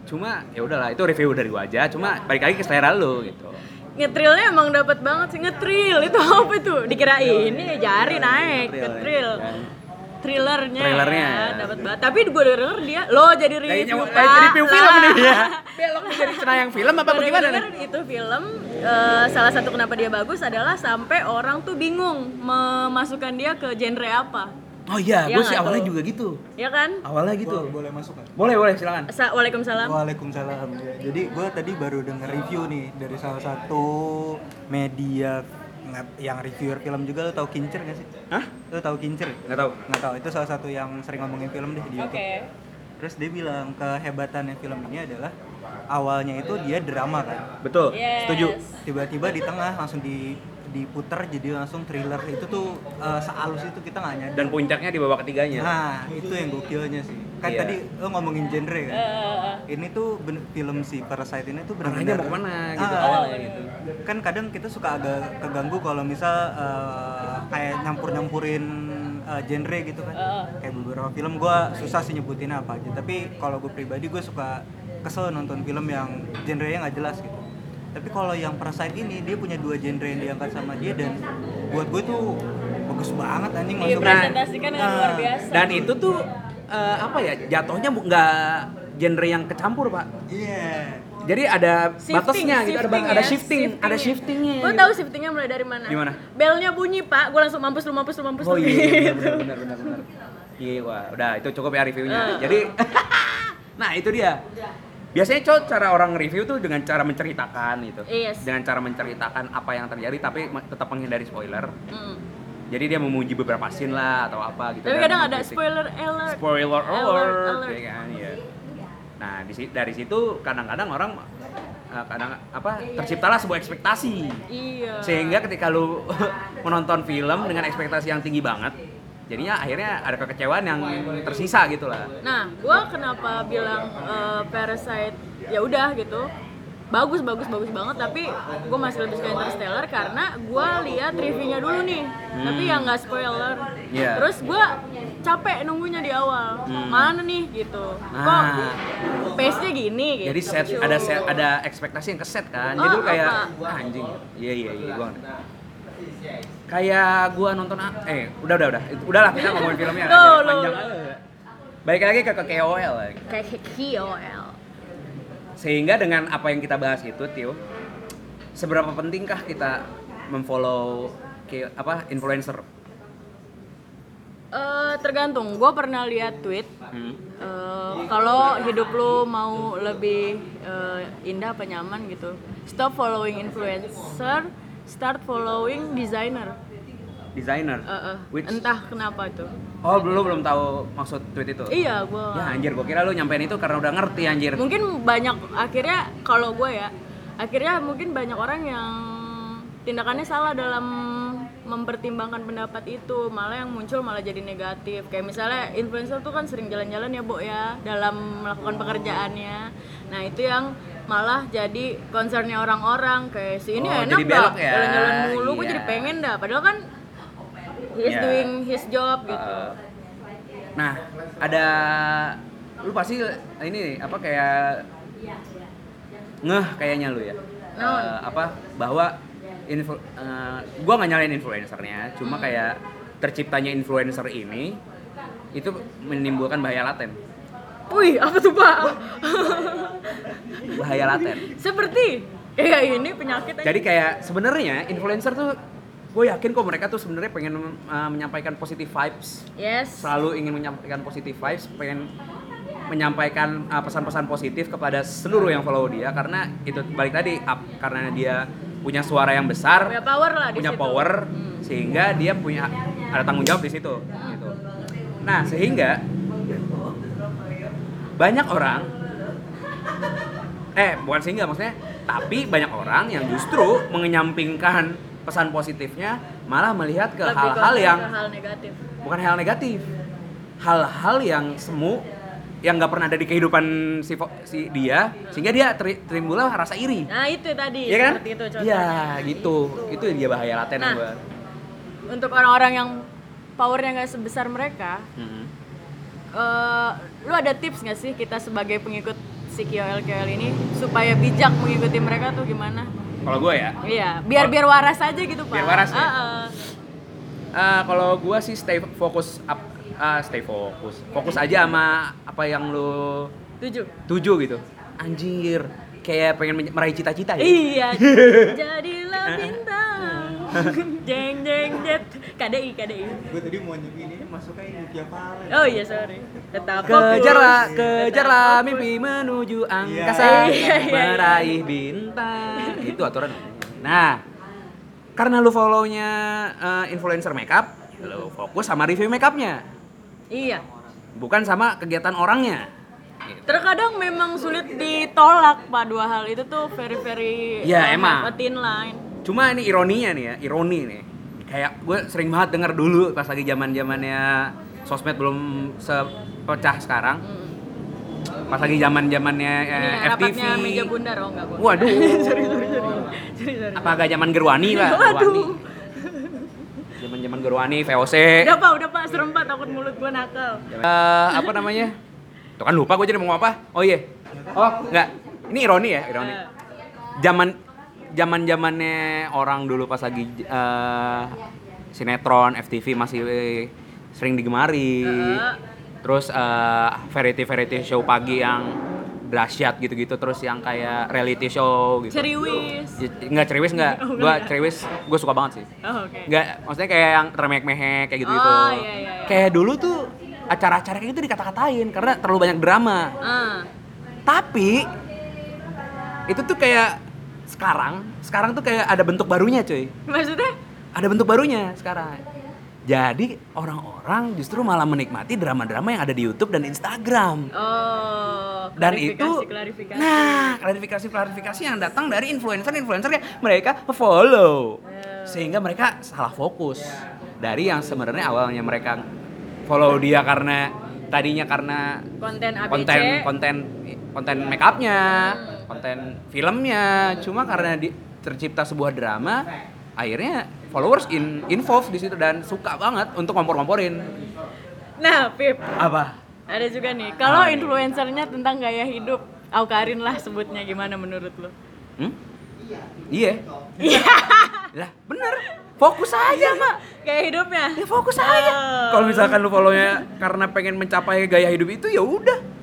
[SPEAKER 3] Cuma ya udahlah itu review dari gue aja. Cuma balik lagi ke selera lu gitu.
[SPEAKER 2] Ngetrilnya emang dapat banget sih ngetril. Itu apa itu? Dikirain ini jari naik,
[SPEAKER 3] Iya, Ngetril,
[SPEAKER 2] ngetril.
[SPEAKER 3] ya.
[SPEAKER 2] Thrillernya,
[SPEAKER 3] Thrillernya. iya.
[SPEAKER 2] ya, dapat banget. Tapi gue denger dia, lo jadi
[SPEAKER 3] Kayak
[SPEAKER 2] review, Pak.
[SPEAKER 3] jadi review film
[SPEAKER 2] Lah. [LAUGHS]
[SPEAKER 3] nih ya. Belok jadi cenayang film apa
[SPEAKER 2] Gua
[SPEAKER 3] bagaimana nih?
[SPEAKER 2] denger itu film eh, salah satu kenapa dia bagus adalah sampai orang tuh bingung memasukkan dia ke genre apa,
[SPEAKER 3] Oh iya,
[SPEAKER 2] Iya
[SPEAKER 3] gue sih
[SPEAKER 2] nggak
[SPEAKER 3] awalnya
[SPEAKER 2] tuh?
[SPEAKER 3] juga gitu.
[SPEAKER 2] ya kan?
[SPEAKER 3] Awalnya gitu.
[SPEAKER 4] Bo- boleh masuk kan?
[SPEAKER 3] Boleh, boleh, silakan.
[SPEAKER 2] Asa- Waalaikumsalam.
[SPEAKER 4] Waalaikumsalam. Jadi gue tadi baru denger review nih dari salah satu media nggak- yang reviewer film juga lo tau Kincir gak sih?
[SPEAKER 3] Hah?
[SPEAKER 4] Lo tau Kincir?
[SPEAKER 3] Nggak tahu.
[SPEAKER 4] Nggak tau, itu salah satu yang sering ngomongin film deh di
[SPEAKER 2] Oke.
[SPEAKER 4] YouTube. Terus dia bilang kehebatannya film ini adalah awalnya itu dia drama kan.
[SPEAKER 3] Betul.
[SPEAKER 2] Yes.
[SPEAKER 3] Setuju.
[SPEAKER 4] Tiba-tiba di tengah langsung di diputer jadi langsung thriller itu tuh eh, sealus itu kita nggak nyadar
[SPEAKER 3] dan puncaknya di babak ketiganya
[SPEAKER 4] nah itu yang gokilnya sih kan
[SPEAKER 3] Iya.
[SPEAKER 4] tadi lo ngomongin genre kan
[SPEAKER 2] Eh,
[SPEAKER 4] ini tuh ben- film si Parasite ini tuh
[SPEAKER 3] arahnya
[SPEAKER 4] benar-benar
[SPEAKER 3] mau kemana gitu
[SPEAKER 4] Ah,
[SPEAKER 3] awalnya gitu
[SPEAKER 4] kan kadang kita suka agak keganggu kalau misal eh, kayak nyampur-nyampurin eh, genre gitu kan kayak beberapa film gua susah sih nyebutin apa aja tapi kalau gue pribadi gue suka kesel nonton film yang genrenya nggak jelas gitu tapi kalau yang Parasite ini dia punya dua genre yang diangkat sama dia dan buat gue tuh bagus banget anjing
[SPEAKER 2] Iya,
[SPEAKER 4] masuknya Nah,
[SPEAKER 2] dipresentasikan dengan kan luar
[SPEAKER 3] Ah.
[SPEAKER 2] biasa
[SPEAKER 3] dan itu tuh eh, apa ya jatuhnya bu- nggak genre yang kecampur pak
[SPEAKER 4] iya
[SPEAKER 3] jadi ada batasnya gitu ada, bak- ada
[SPEAKER 2] ya,
[SPEAKER 3] shifting, ada shiftingnya
[SPEAKER 2] Lo
[SPEAKER 3] gitu.
[SPEAKER 2] tahu shiftingnya mulai dari mana?
[SPEAKER 3] Gimana?
[SPEAKER 2] Belnya bunyi pak, gue langsung mampus lu mampus lu mampus
[SPEAKER 3] oh
[SPEAKER 2] lu.
[SPEAKER 3] iya iya, benar benar benar benar iya wah udah itu cukup ya
[SPEAKER 2] Ah.
[SPEAKER 3] reviewnya jadi [LAUGHS] nah itu dia biasanya cowok cara orang review tuh dengan cara menceritakan gitu
[SPEAKER 2] Yes.
[SPEAKER 3] dengan cara menceritakan apa yang terjadi tapi ma- tetap menghindari spoiler
[SPEAKER 2] Mm.
[SPEAKER 3] jadi dia memuji beberapa scene lah atau apa gitu
[SPEAKER 2] [LAUGHS] Tapi
[SPEAKER 3] dan
[SPEAKER 2] kadang ada
[SPEAKER 3] mengkritik.
[SPEAKER 2] spoiler alert.
[SPEAKER 3] spoiler alert,
[SPEAKER 2] Alert, alert.
[SPEAKER 3] ya kan ya nah di si- dari situ kadang-kadang orang eh, kadang apa terciptalah sebuah ekspektasi
[SPEAKER 2] Iya.
[SPEAKER 3] sehingga ketika lu [LAUGHS] menonton film dengan ekspektasi yang tinggi banget jadinya akhirnya ada kekecewaan yang tersisa gitu lah
[SPEAKER 2] Nah, gua kenapa bilang eh, Parasite ya udah gitu. Bagus bagus bagus banget tapi gue masih lebih suka Interstellar karena gua lihat reviewnya dulu nih. Tapi yang nggak spoiler.
[SPEAKER 3] Hmm. Iya. Hmm.
[SPEAKER 2] Terus gua capek nunggunya di awal. Mana nih gitu. Kok
[SPEAKER 3] Nah.
[SPEAKER 2] pace-nya gini gitu.
[SPEAKER 3] jadi set ada set, ada ekspektasi yang keset kan jadi lu
[SPEAKER 2] Oh,
[SPEAKER 3] kayak
[SPEAKER 2] apa?
[SPEAKER 3] "Ah, anjing iya iya iya gua ngerti." kayak gua nonton a- eh udah udah udah Itu- udahlah kita ngomongin filmnya
[SPEAKER 2] Tuh,
[SPEAKER 3] jadi
[SPEAKER 2] lu-
[SPEAKER 3] panjang balik lagi ke, ke KOL ya.
[SPEAKER 2] kayak KOL.
[SPEAKER 3] sehingga dengan apa yang kita bahas itu Tio seberapa pentingkah kita memfollow ke apa influencer
[SPEAKER 2] Eh, tergantung. Gue pernah lihat tweet.
[SPEAKER 3] Hmm.
[SPEAKER 2] eh, kalau hidup lu mau lebih eh, indah apa nyaman gitu, stop following influencer, start following designer.
[SPEAKER 3] designer
[SPEAKER 2] Eh, eh,
[SPEAKER 3] Which-
[SPEAKER 2] Entah kenapa itu.
[SPEAKER 3] Oh, lu belum tahu maksud tweet itu?
[SPEAKER 2] Iya, gue.
[SPEAKER 3] Ya anjir, gua kira lu nyampein itu karena udah ngerti anjir.
[SPEAKER 2] Mungkin banyak akhirnya kalau gue ya, akhirnya mungkin banyak orang yang tindakannya salah dalam mempertimbangkan pendapat itu malah yang muncul malah jadi negatif kayak misalnya influencer tuh kan sering jalan-jalan ya bu ya dalam melakukan pekerjaannya nah itu yang malah jadi concernnya orang-orang kayak si ini
[SPEAKER 3] Oh,
[SPEAKER 2] enak
[SPEAKER 3] jadi
[SPEAKER 2] dah
[SPEAKER 3] belok ya."
[SPEAKER 2] jalan-jalan mulu gue
[SPEAKER 3] Iya.
[SPEAKER 2] jadi pengen dah padahal kan he's
[SPEAKER 3] Iya.
[SPEAKER 2] doing his job gitu
[SPEAKER 3] Uh, nah, ada lu pasti ini apa kayak ngeh kayaknya lu ya. Uh, apa bahwa influ, uh, gua nggak nyalain influencernya, cuma kayak terciptanya influencer ini itu menimbulkan bahaya laten.
[SPEAKER 2] wih apa tuh pak [LAUGHS]
[SPEAKER 3] Bahaya laten.
[SPEAKER 2] seperti kayak ini penyakit aja.
[SPEAKER 3] Jadi kayak sebenarnya influencer tuh gue yakin kok mereka tuh sebenarnya pengen uh, menyampaikan positive vibes,
[SPEAKER 2] yes
[SPEAKER 3] selalu ingin menyampaikan positive vibes, pengen menyampaikan uh, pesan-pesan positif kepada seluruh yang follow dia karena itu balik tadi up karena dia punya suara yang besar,
[SPEAKER 2] punya power lah di
[SPEAKER 3] punya
[SPEAKER 2] situ. Hmm.
[SPEAKER 3] power sehingga dia punya ada tanggung jawab di situ gitu. Nah, sehingga banyak orang eh bukan sehingga maksudnya tapi banyak orang yang justru mengenyampingkan pesan positifnya malah melihat ke
[SPEAKER 2] Lebih
[SPEAKER 3] hal-hal
[SPEAKER 2] ke-
[SPEAKER 3] yang
[SPEAKER 2] ke hal negatif
[SPEAKER 3] bukan hal negatif hal-hal yang semu yang nggak pernah ada di kehidupan si, fo- si dia sehingga dia teri- timbullah rasa iri
[SPEAKER 2] nah itu tadi
[SPEAKER 3] Iya kan?
[SPEAKER 2] seperti itu
[SPEAKER 3] Iya,
[SPEAKER 2] contohnya
[SPEAKER 3] gitu. Itu dia bahaya laten
[SPEAKER 2] Nah.
[SPEAKER 3] gua.
[SPEAKER 2] untuk orang-orang yang powernya nggak sebesar mereka
[SPEAKER 3] Mm-mm.
[SPEAKER 2] eh, lu ada tips nggak sih kita sebagai pengikut si KOL KOL ini supaya bijak mengikuti mereka tuh gimana
[SPEAKER 3] Kalau gue ya,
[SPEAKER 2] iya biar biar waras aja gitu pak
[SPEAKER 3] Biar waras ya?
[SPEAKER 2] Ah, ah.
[SPEAKER 3] eh, kalau gue sih stay fokus up, ah, stay fokus. Fokus aja sama apa yang lu
[SPEAKER 2] tujuh
[SPEAKER 3] tuju gitu. Anjir, kayak pengen men- meraih cita-cita ya.
[SPEAKER 2] Iya,
[SPEAKER 3] [LAUGHS]
[SPEAKER 2] jadilah bintang. jeng jeng jet. KDI KDI.
[SPEAKER 4] gue tadi mau nyebut ini masuknya ini tiap hari
[SPEAKER 2] Oh iya sorry. Tetap fokus.
[SPEAKER 3] Kejarlah,
[SPEAKER 2] Tetap
[SPEAKER 3] kejarlah
[SPEAKER 2] fokus.
[SPEAKER 3] mimpi menuju angkasa,
[SPEAKER 2] Iya, iya, iya.
[SPEAKER 3] meraih bintang. Itu aturan. Nah, karena lu follow-nya eh, influencer makeup, lu fokus sama review makeupnya,
[SPEAKER 2] Iya.
[SPEAKER 3] bukan sama kegiatan orangnya.
[SPEAKER 2] Terkadang memang sulit ditolak pak dua hal itu tuh very very
[SPEAKER 3] Ya,
[SPEAKER 2] uh,
[SPEAKER 3] emang.
[SPEAKER 2] have a thin line.
[SPEAKER 3] Cuma ini ironinya nih ya, ironi nih. Kayak gue sering banget denger dulu pas lagi zaman zamannya sosmed belum sepecah sekarang. Pas lagi zaman zamannya
[SPEAKER 2] Ini
[SPEAKER 3] eh, FTV.
[SPEAKER 2] rapatnya Hmm. Iya, meja bundar oh enggak gua.
[SPEAKER 3] Waduh.
[SPEAKER 2] [LAUGHS] sorry, sorry, sorry. Sorry, sorry.
[SPEAKER 3] Apa agak zaman Gerwani lah, Gerwani.
[SPEAKER 2] Waduh.
[SPEAKER 3] Zaman zaman Gerwani, VOC.
[SPEAKER 2] Udah Pak, udah Pak, serem Pak takut mulut gua nakal.
[SPEAKER 3] Eh, apa namanya? Tuh kan lupa gue jadi mau ngomong apa? Oh iya. Oh, enggak. Ini ironi ya, ironi.
[SPEAKER 2] Eh.
[SPEAKER 3] Zaman zaman zamannya orang dulu pas lagi eh, sinetron, FTV masih eh, sering digemari.
[SPEAKER 2] Heeh.
[SPEAKER 3] Terus variety variety show pagi yang dahsyat gitu-gitu terus yang kayak reality show gitu.
[SPEAKER 2] Ceriwis.
[SPEAKER 3] Ya, Enggak ceriwis enggak.
[SPEAKER 2] Oh,
[SPEAKER 3] Gua
[SPEAKER 2] enggak.
[SPEAKER 3] ceriwis gue suka banget sih.
[SPEAKER 2] Oh, oke.
[SPEAKER 3] Enggak, maksudnya kayak yang termehek-mehek kayak gitu-gitu.
[SPEAKER 2] Oh, iya, iya, iya.
[SPEAKER 3] Kayak dulu tuh acara-acara kayak gitu dikata-katain karena terlalu banyak drama.
[SPEAKER 2] Ah.
[SPEAKER 3] Tapi itu tuh kayak sekarang, sekarang tuh kayak ada bentuk barunya, cuy.
[SPEAKER 2] Maksudnya?
[SPEAKER 3] Ada bentuk barunya sekarang. Jadi orang-orang justru malah menikmati drama-drama yang ada di YouTube dan Instagram.
[SPEAKER 2] Oh,
[SPEAKER 3] Dan
[SPEAKER 2] klarifikasi,
[SPEAKER 3] itu
[SPEAKER 2] klarifikasi.
[SPEAKER 3] Nah, klarifikasi-klarifikasi yang datang dari influencer-influencer yang mereka follow. Sehingga mereka salah fokus dari yang sebenarnya awalnya mereka follow dia karena tadinya karena
[SPEAKER 2] konten ABC.
[SPEAKER 3] konten konten konten make upnya
[SPEAKER 2] Hmm.
[SPEAKER 3] konten filmnya cuma karena di- tercipta sebuah drama akhirnya followers in involved di situ dan suka banget untuk ngompor-ngomporin
[SPEAKER 2] Nah, Pip,
[SPEAKER 3] apa
[SPEAKER 2] ada juga nih. Kalau
[SPEAKER 3] Apa nih?
[SPEAKER 2] influencernya tentang gaya hidup, Aukarin lah sebutnya gimana menurut lo?
[SPEAKER 3] hmm? iya [LAUGHS] lah bener fokus aja
[SPEAKER 2] Iya.
[SPEAKER 3] mak
[SPEAKER 2] Gaya hidupnya?
[SPEAKER 3] ya fokus aja
[SPEAKER 2] Oh.
[SPEAKER 3] kalau misalkan lu follownya karena pengen mencapai gaya hidup itu ya udah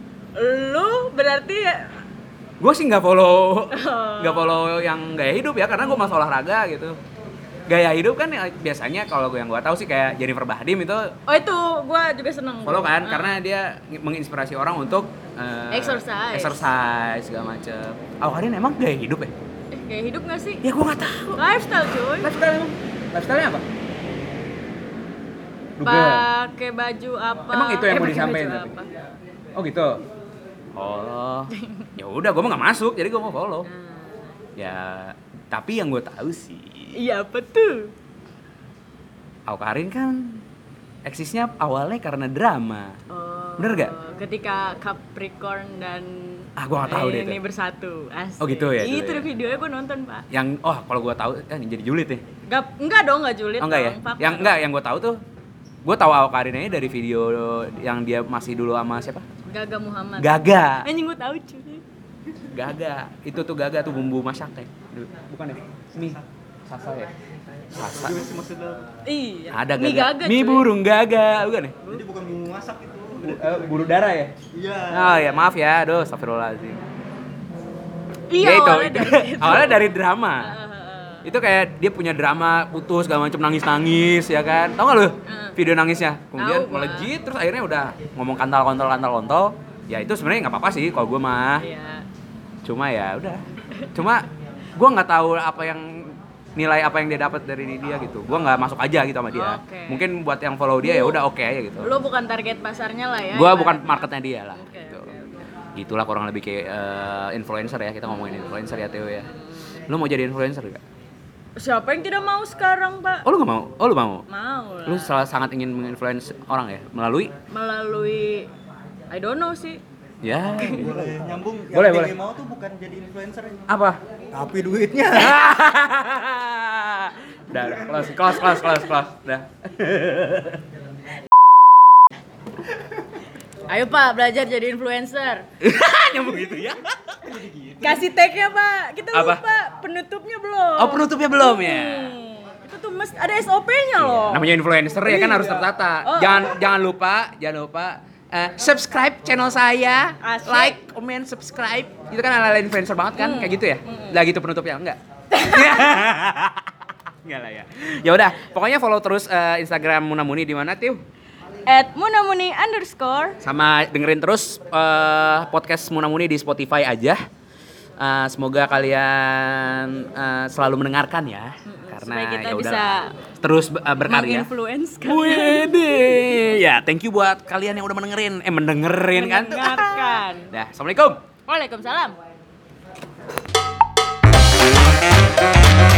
[SPEAKER 2] Lu berarti
[SPEAKER 3] gue sih nggak follow nggak follow yang gaya hidup ya karena gue masalah olahraga gitu gaya hidup kan ya biasanya kalau gue yang gue tahu sih kayak Jennifer Bahdim itu
[SPEAKER 2] Oh itu gua juga seneng
[SPEAKER 3] follow
[SPEAKER 2] Ah.
[SPEAKER 3] kan karena dia nge- menginspirasi orang untuk eh,
[SPEAKER 2] Exercise.
[SPEAKER 3] exercise segala macem oh Karin emang gaya hidup ya
[SPEAKER 2] Eh, Gaya hidup gak sih?
[SPEAKER 3] ya gue nggak tahu
[SPEAKER 2] Lifestyle cuy
[SPEAKER 3] lifestyle emang lifestyle apa
[SPEAKER 2] Pakai baju apa
[SPEAKER 3] Emang itu yang
[SPEAKER 2] Eh,
[SPEAKER 3] mau
[SPEAKER 2] pakai
[SPEAKER 3] disampaikan
[SPEAKER 2] baju
[SPEAKER 3] tapi?
[SPEAKER 2] apa?
[SPEAKER 3] oh gitu oh [LAUGHS] ya udah gue mah nggak masuk jadi gue mau follow
[SPEAKER 2] Nah,
[SPEAKER 3] ya tapi yang gue tahu sih
[SPEAKER 2] Iya apa tuh?
[SPEAKER 3] Aku Karin kan eksisnya awalnya karena drama.
[SPEAKER 2] Oh,
[SPEAKER 3] Bener nggak?
[SPEAKER 2] Ketika Capricorn dan
[SPEAKER 3] Ah, gua nggak tahu deh
[SPEAKER 2] ini
[SPEAKER 3] itu.
[SPEAKER 2] bersatu. Asik.
[SPEAKER 3] Oh, gitu ya,
[SPEAKER 2] Itu
[SPEAKER 3] dulu ya.
[SPEAKER 2] videonya gue nonton pak.
[SPEAKER 3] Yang oh kalau gue tahu kan jadi julid nih.
[SPEAKER 2] Gak, enggak dong, enggak julid.
[SPEAKER 3] Oh enggak ya?
[SPEAKER 2] dong, fakta
[SPEAKER 3] Yang
[SPEAKER 2] dong.
[SPEAKER 3] enggak yang gue tahu tuh gue tahu Aku Karin aja dari video yang dia masih dulu sama siapa?
[SPEAKER 2] Gaga Muhammad.
[SPEAKER 3] Gaga.
[SPEAKER 2] Anjing gue tahu cuy.
[SPEAKER 3] Gaga. Itu tuh Gaga tuh bumbu masak ya. Duh, Bukan ya? Mie. Sasa ya? Sasa.
[SPEAKER 2] Iya.
[SPEAKER 3] Ada
[SPEAKER 2] Mi
[SPEAKER 3] Gaga.
[SPEAKER 2] Gaga.
[SPEAKER 3] Mie
[SPEAKER 2] cuy.
[SPEAKER 3] burung Gaga, bukan ya?
[SPEAKER 5] Jadi bukan bumbu masak itu.
[SPEAKER 3] Eh, buru dara ya?
[SPEAKER 5] Iya.
[SPEAKER 3] Oh ya maaf ya, aduh astagfirullahaladzim
[SPEAKER 2] Iya.
[SPEAKER 3] Ya, itu.
[SPEAKER 2] awalnya dari situ.
[SPEAKER 3] [LAUGHS] awalnya dari drama
[SPEAKER 2] Eh, eh,
[SPEAKER 3] itu kayak dia punya drama putus segala macam nangis nangis ya kan tau gak lu
[SPEAKER 2] Heeh.
[SPEAKER 3] video nangisnya
[SPEAKER 2] Tahu Ah.
[SPEAKER 3] kemudian
[SPEAKER 2] gua.
[SPEAKER 3] melejit terus akhirnya udah ngomong kantal kontol kantal kontol ya itu sebenarnya nggak apa apa sih kalau gue
[SPEAKER 2] eh.
[SPEAKER 3] mah
[SPEAKER 2] Iya.
[SPEAKER 3] cuma ya udah cuma gue nggak tahu apa yang nilai apa yang dia dapat dari dia gitu gue nggak masuk aja gitu sama dia
[SPEAKER 2] Oke.
[SPEAKER 3] mungkin buat yang follow dia ya udah oke aja gitu
[SPEAKER 2] Lu bukan target pasarnya lah ya.
[SPEAKER 3] gue
[SPEAKER 2] ibaratnya.
[SPEAKER 3] bukan marketnya dia lah
[SPEAKER 2] Oke,
[SPEAKER 3] gitu.
[SPEAKER 2] oke,
[SPEAKER 3] gitulah kurang lebih kayak eh, influencer ya kita ngomongin influencer ya Teo ya lu mau jadi influencer gak?
[SPEAKER 2] Siapa yang tidak mau sekarang, Pak?
[SPEAKER 3] Oh lu gak mau? Oh lu mau?
[SPEAKER 2] Mau lah.
[SPEAKER 3] lu salah sangat ingin menginfluence orang ya melalui
[SPEAKER 2] Melalui I don't know sih.
[SPEAKER 3] ya
[SPEAKER 5] Boleh nyambung. Yang
[SPEAKER 3] Boleh,
[SPEAKER 5] Dewi
[SPEAKER 3] boleh.
[SPEAKER 5] mau tuh bukan jadi influencer aja.
[SPEAKER 3] apa [LAUGHS]
[SPEAKER 5] Tapi duitnya.
[SPEAKER 3] udah udah, close close close close close udah
[SPEAKER 2] Ayo Pak, belajar jadi influencer.
[SPEAKER 3] [LAUGHS] nyambung gitu ya
[SPEAKER 2] Kasih tag-nya, Pak. Kita
[SPEAKER 3] Apa?
[SPEAKER 2] lupa penutupnya belum.
[SPEAKER 3] oh penutupnya belum ya Iya,
[SPEAKER 2] Hmm. Itu tuh mesti ada SOP-nya loh.
[SPEAKER 3] namanya influencer ya kan harus tertata
[SPEAKER 2] Oh.
[SPEAKER 3] jangan jangan lupa jangan lupa eh, subscribe channel saya
[SPEAKER 2] Asik. Hmm.
[SPEAKER 3] like comment subscribe itu kan ala influencer banget kan kayak gitu ya lah gitu penutupnya
[SPEAKER 2] [LAUGHS]
[SPEAKER 3] enggak Enggak lah ya. Ya udah, pokoknya follow terus eh, Instagram Munamuni di mana, Tiu?
[SPEAKER 2] At munamuni underscore.
[SPEAKER 3] sama dengerin terus eh, podcast Munamuni di Spotify aja. Eh, semoga kalian eh, selalu mendengarkan ya, karena
[SPEAKER 2] Hmm, supaya kita
[SPEAKER 3] ya udah
[SPEAKER 2] bisa
[SPEAKER 3] terus be- eh, berkarya.
[SPEAKER 2] Menginfluence kan.
[SPEAKER 3] Wede, ya thank you buat kalian yang udah mendengerin, eh mendengerin kan?
[SPEAKER 2] Mendengarkan.
[SPEAKER 3] [LAUGHS] Dah, assalamualaikum.
[SPEAKER 2] Waalaikumsalam.